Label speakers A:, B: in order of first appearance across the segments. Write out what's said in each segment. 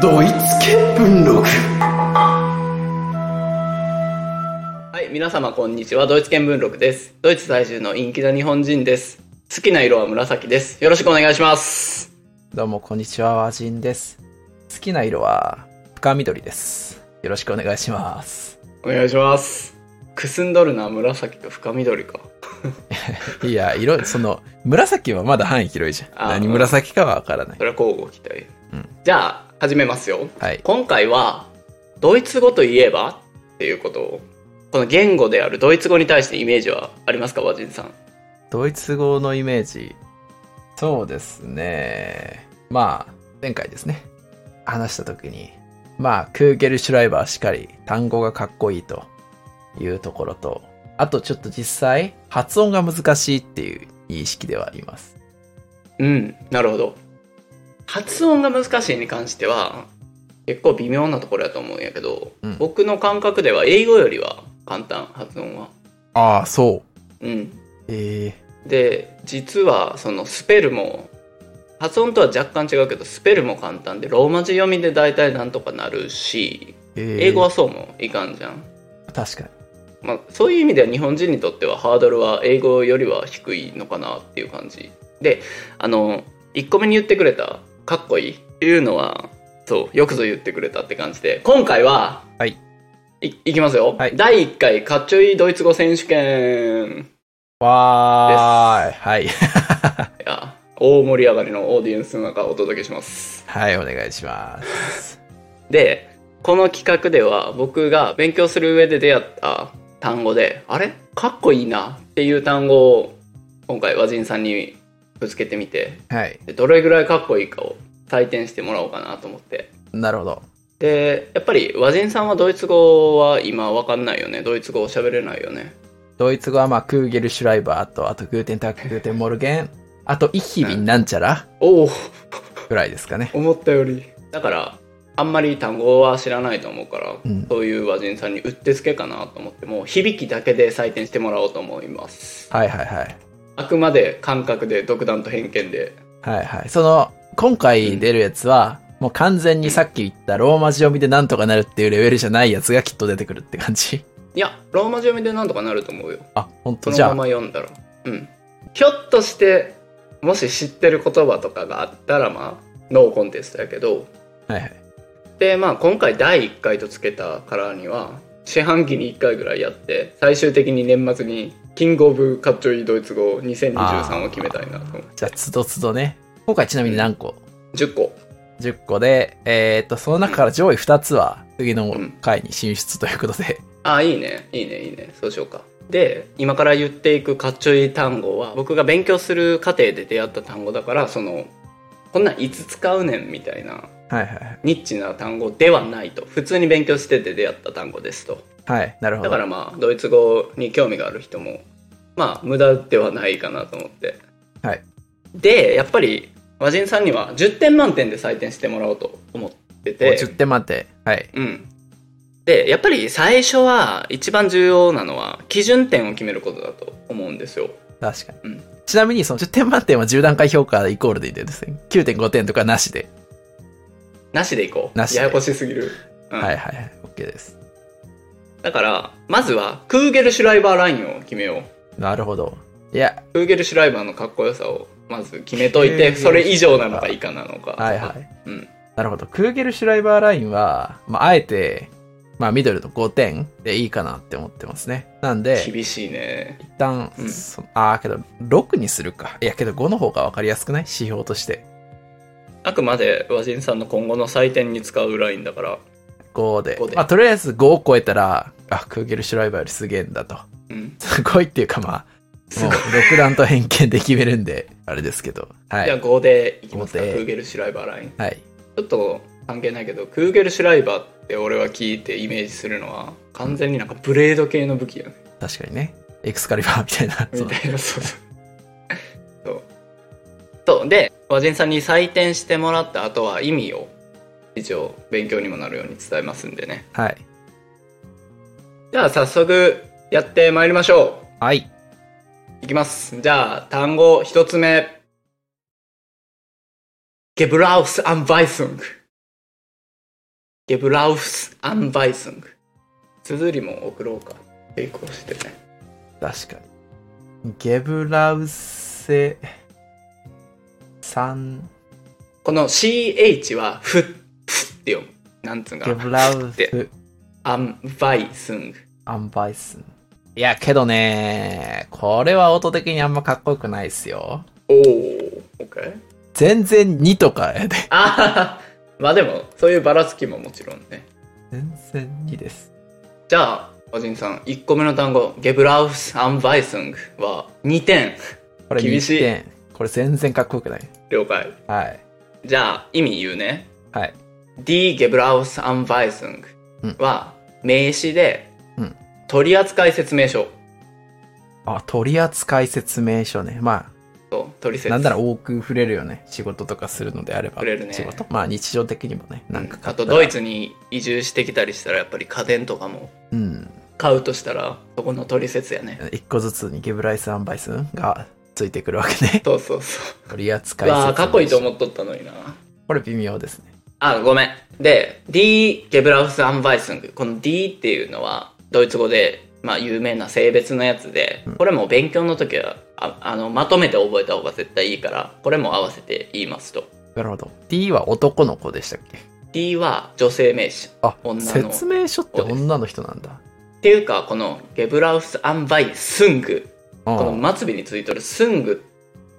A: ドイツ見文録
B: はい、皆様こんにちは。ドイツ見聞録です。ドイツ在住の陰気な日本人です。好きな色は紫です。よろしくお願いします。
A: どうもこんにちは和人です好きな色は深緑ですよろしくお願いします
B: お願いします。くすんどるのは紫と深緑か。
A: いや色その紫はまだ範囲広いじゃん
B: あ
A: 何紫かはわからない
B: それは交互期待。
A: うん
B: じゃあ、始めますよ。
A: はい
B: 今回は、ドイツ語といえばっていうことを、この言語であるドイツ語に対してイメージはありますか、和人さん。
A: ドイツ語のイメージそうですねまあ前回ですね話した時にまあクーゲルシュライバーしかり単語がかっこいいというところとあとちょっと実際発音が難しいっていう意識ではあります
B: うん、なるほど。発音が難しいに関しては、結構微妙なところやと思うんやけど、
A: うん
B: 僕の感覚では英語よりは簡単、発音は。
A: ああそう
B: うん。
A: ええ
B: で、実はそのスペルも、発音とは若干違うけど、スペルも簡単で、ローマ字読みで大体なんとかなるし、英語はそうもいかんじゃん。
A: 確かに
B: まあ、そういう意味では日本人にとってはハードルは英語よりは低いのかなっていう感じであの1個目に言ってくれた「かっこいい」っていうのはそうよくぞ言ってくれたって感じで今回は
A: はい
B: いいきますよ、
A: はい
B: 第1回かっちょいいドイツ語選手権
A: わーいはい
B: いや大盛り上がりのオーディエンスの中お届けします
A: はいお願いします
B: でこの企画では僕が勉強する上で出会った単語であれかっこいいなっていう単語を今回和人さんにぶつけてみて
A: はい
B: でどれぐらいかっこいいかを採点してもらおうかなと思って
A: なるほど
B: でやっぱり和人さんはドイツ語は今わかんないよねドイツ語を喋れないよね
A: ドイツ語はまあクーゲルシュライバーとあとグーテンタックグーテンモルゲンあとイヒビンなんちゃら
B: おお
A: ぐらいですかね
B: 思ったよりだからあんまり単語は知らないと思うから、
A: うん
B: そういう和人さんにうってつけかなと思ってもう響きだけで採点してもらおうと思います
A: はいはいはい
B: あくまで感覚で独断と偏見で
A: はいはいその今回出るやつはもう完全にさっき言ったローマ字読みでなんとかなるっていうレベルじゃないやつがきっと出てくるって感じ
B: いやローマ字読みでなんとかなると思うよ
A: あ本当
B: そ
A: じゃ
B: の
A: あ
B: まま読んだらうんひょっとしてもし知ってる言葉とかがあったらまあノーコンテストやけど
A: はいはい
B: でまあ今回第1回とつけたからには四半期に1回ぐらいやって最終的に年末にキングオブかっちょいいドイツ語2023を決めたいなと思う
A: じゃあつどつどね今回ちなみに何個
B: 10個
A: 10個でえー、っとその中から上位2つは次の回に進出ということで、
B: ああいいねいいねいいねそうしようかで今から言っていくかっちょいい単語は僕が勉強する過程で出会った単語だからそのこんなんいつ使うねんみたいな
A: はいはいはい
B: ニッチな単語ではないと普通に勉強してて出会った単語ですと
A: はいなるほ
B: だ
A: ど
B: からまあドイツ語に興味がある人もまあ無駄ではないかなと思って
A: はい
B: でやっぱり和人さんには10点満点で採点してもらおうと思ってて
A: 10点満点はい
B: うんでやっぱり最初は一番重要なのは基準点を決めることだと思うんですよ
A: 確かに、
B: うん
A: ちなみにその10点満点は10段階評価イコールでいいですね9.5点とかなしで、
B: なしでいこう
A: なしで
B: ややこしすぎる、うん
A: はいはいはい OK です
B: だからまずはクーゲルシュライバーラインを決めよう
A: なるほどいや
B: クーゲルシュライバーのかっこよさをまず決めとい
A: クーゲ
B: て
A: ル
B: それ以上なのか以下なのか
A: はいはい
B: うん
A: なるほどクーゲルシュライバーラインは、まあ、あえて、まあ、ミドルの5点でいいかなって思ってますねなんで
B: 厳しいね
A: 一旦、
B: うん
A: そああけど6にするかいやけど5の方が分かりやすくない指標として
B: あくまで和人さんの今後の採点に使うラインだから
A: 5で
B: 5で
A: まあ、とりあえず5を超えたらあクーゲルシュライバーよりすげえんだと
B: うん
A: すごいっていうかまあもう独断と偏見で決めるんで あれですけどはい
B: じゃあ5でいきますかク
A: 5で
B: ーゲルシュライバーライン
A: はい。
B: ちょっと関係ないけどクーゲルシュライバーって俺は聞いてイメージするのは完全になんかブレード系の武器やね
A: 確かにね。エクスカリバ ーみたいな。
B: みたいなそうそうそうそうで和人さんに採点してもらった後は意味を一応勉強にもなるように伝えますんでね
A: はい。
B: じゃあ早速やってまいりましょ
A: はい。
B: う。いきます。じゃあ単語一つ目。ゲブラウス・アン・バイスング。ゲブラウス・アン・バイスング。綴りも送ろうか。並行してね。
A: 確かに。ゲブラウセ、さん、
B: この CH は、ふっ、ふって読む。なんつうんか
A: ゲ
B: な。
A: ブラウ
B: て
A: ス、
B: アン・バイスング。
A: アンバイスン。いや、けどね、これは音的にあんまかっこよくないっすよ。
B: おー、オッケー。
A: 全然2とかやで。
B: あーまあでも、そういうばらつきももちろんね。
A: 全然2です。
B: じゃあ、おじんさん、1個目の単語、ゲブラウス・アン・バイスングは2点。
A: これ
B: 厳しい
A: 2点。これ全然かっこよくない。
B: 了解。
A: はい。
B: じゃあ、意味言うね。
A: はい。
B: Die Gebrauchsanweisung
A: うん
B: は名詞で
A: うん
B: 取扱説明書
A: あ、取扱説明書ね。ま
B: と取
A: あ、
B: 説
A: なんなら多く触れるよね。仕事とかするのであれば。
B: 触れるね
A: 仕事まあ日常的にもね。なんか
B: あ
A: 買った
B: と
A: ら
B: ドイツに移住してきたりしたらやっぱり家電とかも
A: うん。
B: 買うとしたらそこの取説やね
A: 一個ずつにゲブライス・アンバイスンがついてくるわけね。
B: そうそうそう
A: 取扱
B: う
A: 説明
B: わ
A: 書。
B: ーかっこいいと思っとったのにな
A: これ微妙ですね。
B: あごめんで D ゲブラウス・アンバイスングこの D っていうのはドイツ語で、まあ、有名な性別のやつでこれも勉強の時はああのまとめて覚えた方が絶対いいからこれも合わせて言いますと
A: なるほど。D は男の子でしたっけ
B: D は女性名詞
A: あ
B: 女の
A: 説明書って女の人なんだ。
B: っていうかこのゲブラウス・アンバイ・スング
A: あ
B: この末尾についてるスング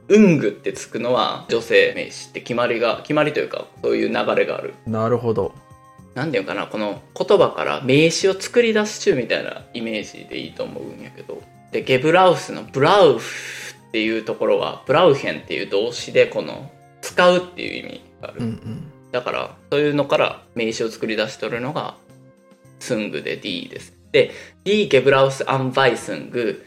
B: ウングってつくのは女性名詞って決まりが決まりというかそういう流れがある
A: あなるほど。
B: なんていうかなこの言葉から名詞を作り出す中みたいなイメージでいいと思うんやけどでゲブラウスのブラウフっていうところはブラウヘンっていう動詞でこの使うっていう意味がある
A: うんうん。
B: だからそういうのから名詞を作り出しとるのがスングで D です。で D ゲブラウス・アン・バイスング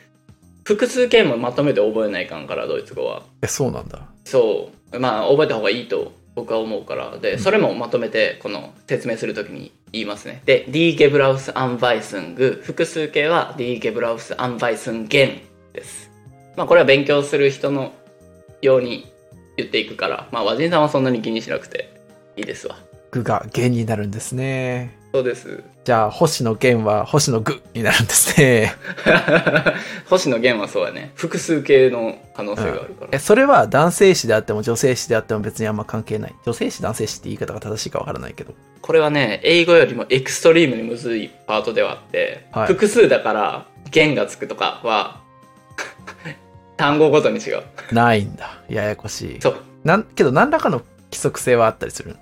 B: 複数形もまとめて覚えないかんからドイツ語は
A: え、そうなんだ。
B: そうまあ覚えた方がいいと僕は思うからでそれもまとめてこの説明するときに言いますねで D ゲブラウス・アン・バイスング複数形は D ゲブラウス・アン・バイスンゲンですまあこれは勉強する人のように言っていくからまあ和人さんはそんなに気にしなくていいですわ
A: 具が弦になるんですね。
B: そうです。
A: じゃあ、星の弦は星の具になるんですね。
B: 星野源はそうやね。複数形の可能性があるから。
A: え、それは男性詞であっても女性詞であっても別にあんま関係ない。女性詞、男性詞って言い方が正しいかわからない けど。
B: これはね、英語よりもエクストリームにむずいパートではあって、
A: はい
B: 複数だから、弦がつくとかは、 単語ごとに違う。
A: ないんだ。ややこしい。
B: そう。
A: なん、けど何らかの規則性はあったりする。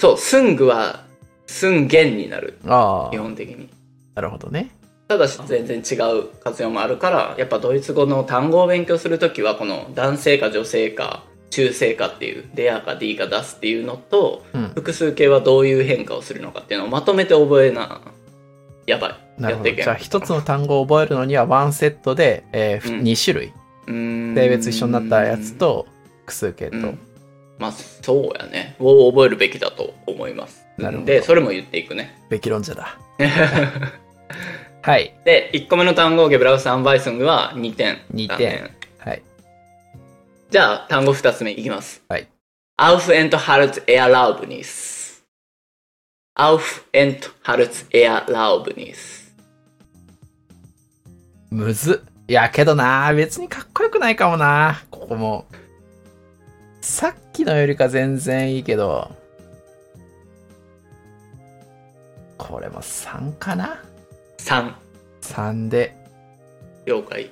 B: そう、スングは、スンゲンになる。
A: あ
B: 基
A: あ、
B: 本的に。
A: なるほどね。
B: ただし全然違う活用もあるからやっぱドイツ語の単語を勉強するときはこの男性か女性か中性かっていうデアか D か出すっていうのと、
A: うん
B: 複数形はどういう変化をするのかっていうのをまとめて覚えなやばい
A: なる
B: や
A: ほ
B: って
A: ど。
B: いけ
A: じ
B: ん
A: ゃあ、一つの単語を覚えるのにはワンセットで、え
B: うん
A: 2種類。
B: うーん
A: 性別一緒になったやつと、複数形と。
B: うんまあそうやねを覚えるべきだと思います
A: なるほど
B: でそれも言っていくね
A: べき論者 だ。はい。
B: で1個目の単語ゲブラウス・アンバイスングは2点
A: 2点はい。
B: じゃあ、単語二つ目いきます。
A: はい。
B: auf Enthalts Erlaubnis。auf Enthalts Erlaubnis。
A: むずっ。いや、けどな、別にかっこよくないかもな、ここも。さっきのよりか全然いいけど。これも3かな
B: 3、
A: ?3 で。
B: 了解。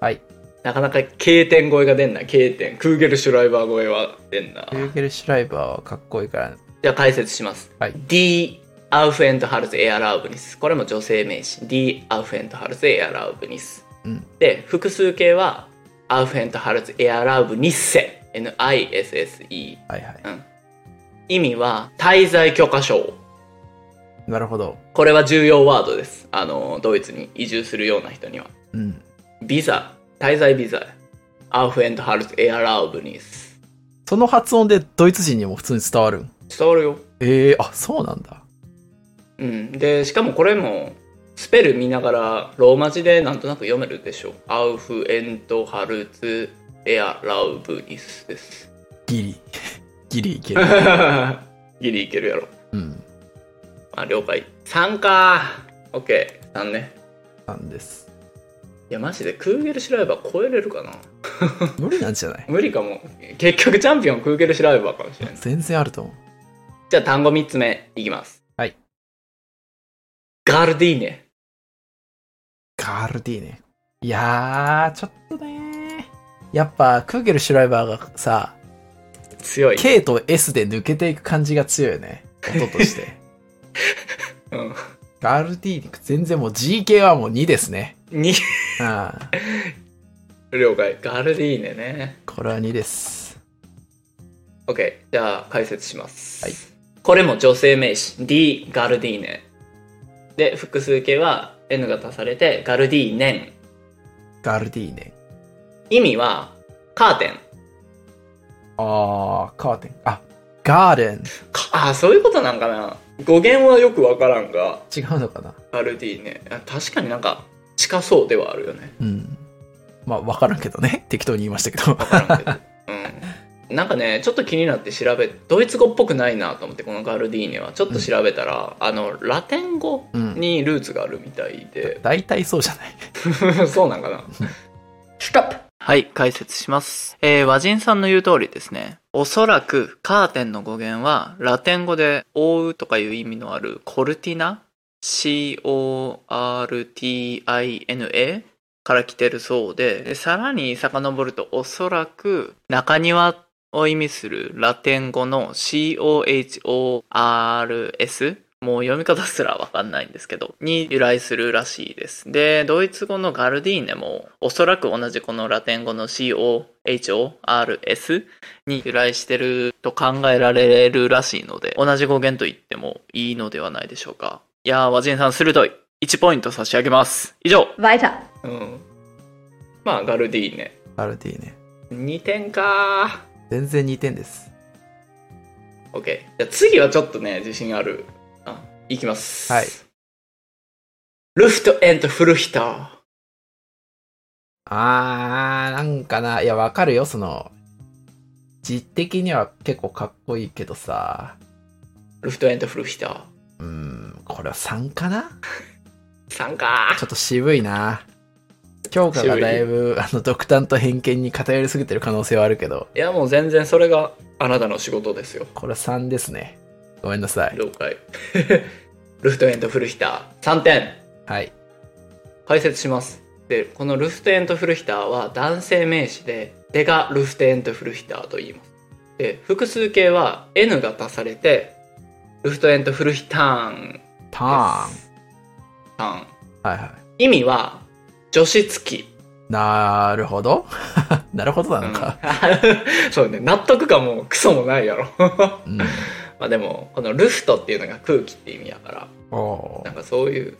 A: はい。
B: なかなか K 点超えが出んな、K 点。クーゲルシュライバー超えは出んな
A: ル。ーゲルシュライバーはかっこいいから。
B: じゃあ解説します。
A: はい
B: D、アウフエントハルツ・エアラウブニス。これも女性名詞。D、アウフエントハルツ・エアラウブニス。
A: うん
B: で、複数形は、アウフエントハルツ・エアラウブニッセ。N-I-S-S-E。
A: はいはい。
B: 意味は、滞在許可証。
A: なるほど。
B: これは重要ワードです。あの、ドイツに移住するような人には。
A: うん。
B: ビザ、滞在ビザ。アウフエントハルツ・エアラウブニス。
A: その発音でドイツ人にも普通に伝わるん。
B: 伝わるよ。
A: ええあ、そうなんだ。
B: うん。で、しかもこれも、スペル見ながら、ローマ字でなんとなく読めるでしょう。アウフエントハルツ・エアラウブニスです。
A: ギリ。 ギリいける。
B: ギリいけるやろ。
A: うん。
B: あ、了解。3か。オッケー。3ね。
A: なんです。
B: いや、マジでクーゲルシュライバー超えれるかな
A: 無理なんじゃない
B: 無理かも。結局チャンピオンクーゲルシュライバーかもしれない。
A: 全然あると思う。
B: じゃあ単語3つ目いきます。
A: はい。
B: ガルディーネ。
A: ガルディね。いやー、ちょっとねやっぱ、クーゲルシュライバーがさ、
B: 強い。
A: K と S で抜けていく感じが強いよね。音と して。
B: うん。
A: ガルディーニ、全然もう GK はもう2ですね。
B: に
A: ああ、
B: 了解。ガルディーネね。
A: これは2です。
B: OK。じゃあ解説します。
A: はい
B: これも女性名詞。D、ガルディーネ。で、複数形は N が足されて、ガルディーネン。
A: ガルディーネ。
B: 意味は、カーテン。
A: あー、カーテン。あ、ガーデン。
B: かあ、そういうことなんかな。語源はよくわからんが、
A: 違うのかな
B: ガルディーネ。あ確かになんか近そうではあるよね。
A: うん。まあ、わからんけどね。適当に言いましたけど。
B: わからんけ ど、うん、なんかねちょっと気になって調べドイツ語っぽくないなと思ってこのガルディーネはちょっと調べたら、あのラテン語
A: うん。
B: にルーツがあるみたいで、
A: 大体そうじゃない。
B: そうなんかなストップはい解説します、えー、和人さんの言う通りですねおそらくカーテンの語源はラテン語で覆うとかいう意味のあるコルティナ CORTINA から来てるそうででさらに遡るとおそらく中庭を意味するラテン語の COHORS もう読み方すらわかんないんですけどに由来するらしいですでドイツ語のガルディーネもおそらく同じこのラテン語の COHORS に由来してると考えられるらしいので同じ語源と言ってもいいのではないでしょうかいやー和人さん鋭い1ポイント差し上げます以上
C: Weiter.
B: うんまあガルディーネ
A: ガルディーネ。
B: 2点か
A: 全然2点です。
B: オッケーじゃあ次はちょっとね自信あるあいきます
A: はい
B: ルフトエントフルヒター
A: あー、なんかな。いや、わかるよ、その。字的には結構かっこいいけどさ。
B: ルフトエントフルヒター
A: うーん、これは3かな
B: 3か
A: ちょっと渋いな。強化がだいぶ、あの、独断と偏見に偏りすぎてる可能性はあるけど、
B: いやもう全然それがあなたの仕事ですよ
A: これは3ですね。ごめんなさい。
B: 了解 ルフトエントフルヒター3点
A: はい。
B: 解説しますでこのルフテエントフルヒターは男性名詞でデがルフテエントフルヒターと言いますで複数形は N が足されてルフトエントフルヒターン
A: ターン。は
B: ターン
A: いはい。
B: 意味は除湿器、
A: なるほど。 なるほどなのか。
B: うん そうね納得感もクソもないやろ
A: うん。
B: まあでもこのルフトっていうのが空気って意味やから
A: お
B: なん
A: ー
B: かそういう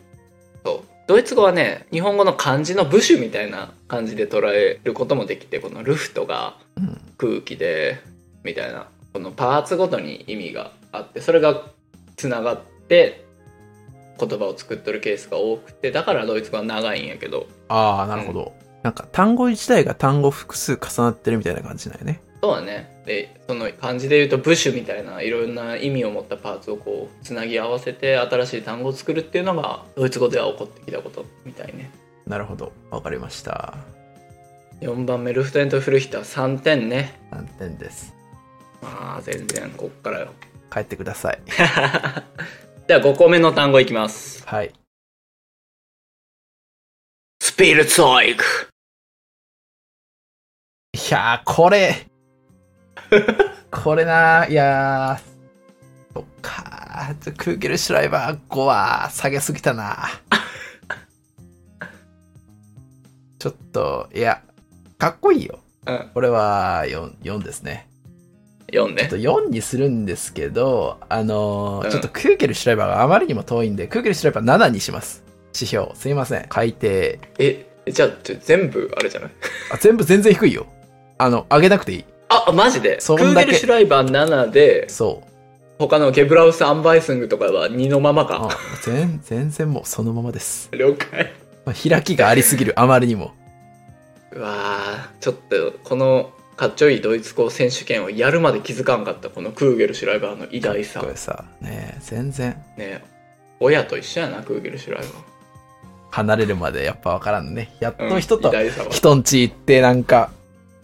B: そうドイツ語はね日本語の漢字の部首みたいな感じで捉えることもできてこのルフトが
A: うん。
B: 空気でみたいなこのパーツごとに意味があってそれがつながって言葉を作っとるケースが多くてだからドイツ語は長いんやけど
A: あー、なるほど。なんか単語自体が単語複数重なってるみたいな感じなんよね。
B: そうはねでその漢字で言うと部首みたいないろんな意味を持ったパーツをこうつなぎ合わせて新しい単語を作るっていうのがドイツ語では起こってきたことみたいね
A: なるほど。わかりました。
B: 4番目ルフトエントフルヒター3点ね
A: 3点です。
B: まあ全然こっからよ
A: 帰ってください。
B: では5個目の単語いきます
A: はい。
B: スピルツォイク
A: いやー、こ れ。これなー、いやー。そっかー。ちょクーゲルシュライバー5は下げすぎた な。ちょっと、いや、かっこいいよ。
B: うん
A: これは 4, 4ですね。
B: 4
A: ち
B: ね
A: ょっと4にするんですけど、あのー
B: うん
A: ちょっとクーゲルシュライバーがあまりにも遠いんで、クーゲルシュライバー7にします。指標、すいません。改定。
B: えじゃあちょ全部あれじゃない
A: あ、全部全然低いよ。あの、上げなくていい。
B: あマジでク
A: そ
B: ー
A: ん
B: ゲ
A: だけ
B: ルシュライバー7で
A: そう。
B: 他のゲブラウス・アンバイスングとかは2のまま
A: あ
B: か
A: 全全然もうそのままです。
B: 了解
A: まあ開きがありすぎる、あまりにも。
B: うわーちょっとこのかっちょいいドイツ語選手権をやるまで気づかんかったこのクーゲル・シュライバーの偉大さ
A: これさ、ねえ全然
B: ね親と一緒やなクーゲル・シュライバー
A: 離れるまでやっぱわからんね。やっ
B: うん
A: と人と
B: 偉大さは
A: 人ん家行ってなんか、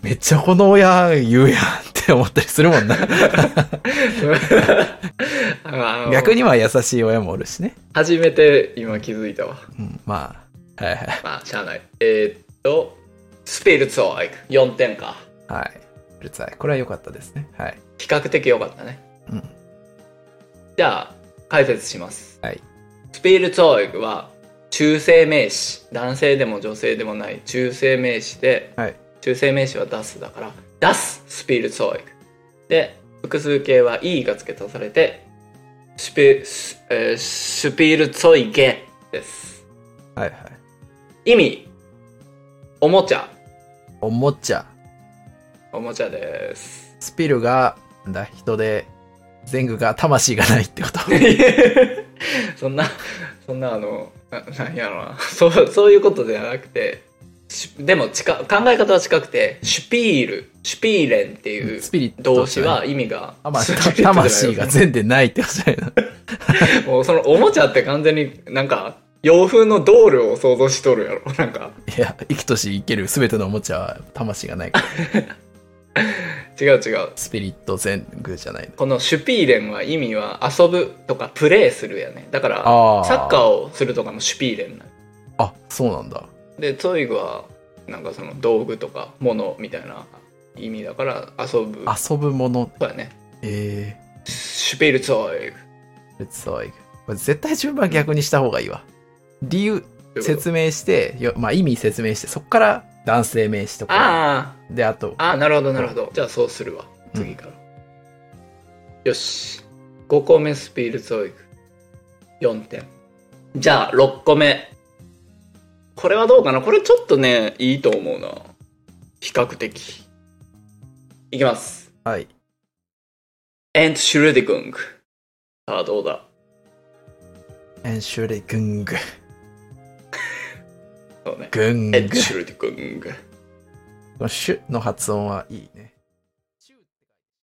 A: めっちゃこの親言うやんって思ったりするもんな。
B: あの
A: 逆には優しい親もおるしね。
B: 初めて今気づいたわ
A: うん、まあ、はいはい。
B: まあしゃあないえーっとスピルツォーイク4点か
A: はい。うるさい。これは良かったですね。はい。
B: 比較的良かったね
A: うん。
B: じゃあ解説します、
A: はい、
B: スピルツォーイクは中性名詞男性でも女性でもない中性名詞で
A: はい。
B: 中性名詞は出すだから出すスピルツォーイクで複数形は E が付け足されてスピス,、えースピルツォイゲです
A: はいはい。
B: 意味おもちゃ
A: おもちゃ。
B: おもちゃです。
A: スピルが、なんだ、人で、全具が魂がないっ てこと。
B: そんな、そんなあの、ななんやろな。 そう、そういうことではなくて、しでも近、考え方は近くて、シュピール、シュピーレンっていう
A: スピリット
B: 動詞は意味が、
A: 魂
B: スピリットじゃない
A: 魂が全でないってことじゃないの。
B: もうそのおもちゃって完全になんか、洋風のドールを想像しとるやろ。 なんか、
A: いや、生きとし生ける全てのおもちゃは魂がないから、
B: 違う違う。
A: スピリット全具じゃないの。
B: このシュピーレンは意味は遊ぶとかプレーするやね。だから、
A: あー
B: サッカーをするとかもシュピーレンなんよ
A: あ、そうなんだ。
B: でトイグはなんかその道具とか物みたいな意味だから遊ぶ
A: 遊ぶもの。
B: そうやね
A: え
B: シュピルツォイ
A: ー、
B: グ
A: 別騒ぎ。これ絶対順番逆にした方がいいわ。理由、説明して、よまあ意味説明して、そっから男性名詞とか。
B: あ
A: で、あと
B: あ、ああなるほどなるほどじゃあそうするわ次から、よし5個目スピルツォイグ4点じゃあ6個目これはどうかなこれちょっとねいいと思うな比較的いきます
A: はい。
B: エントシュルディグングさあどうだ
A: エンシュレグング。
B: そうね
A: グン
B: エン
A: グ。
B: シュルディグング
A: このシュの発音はいいね。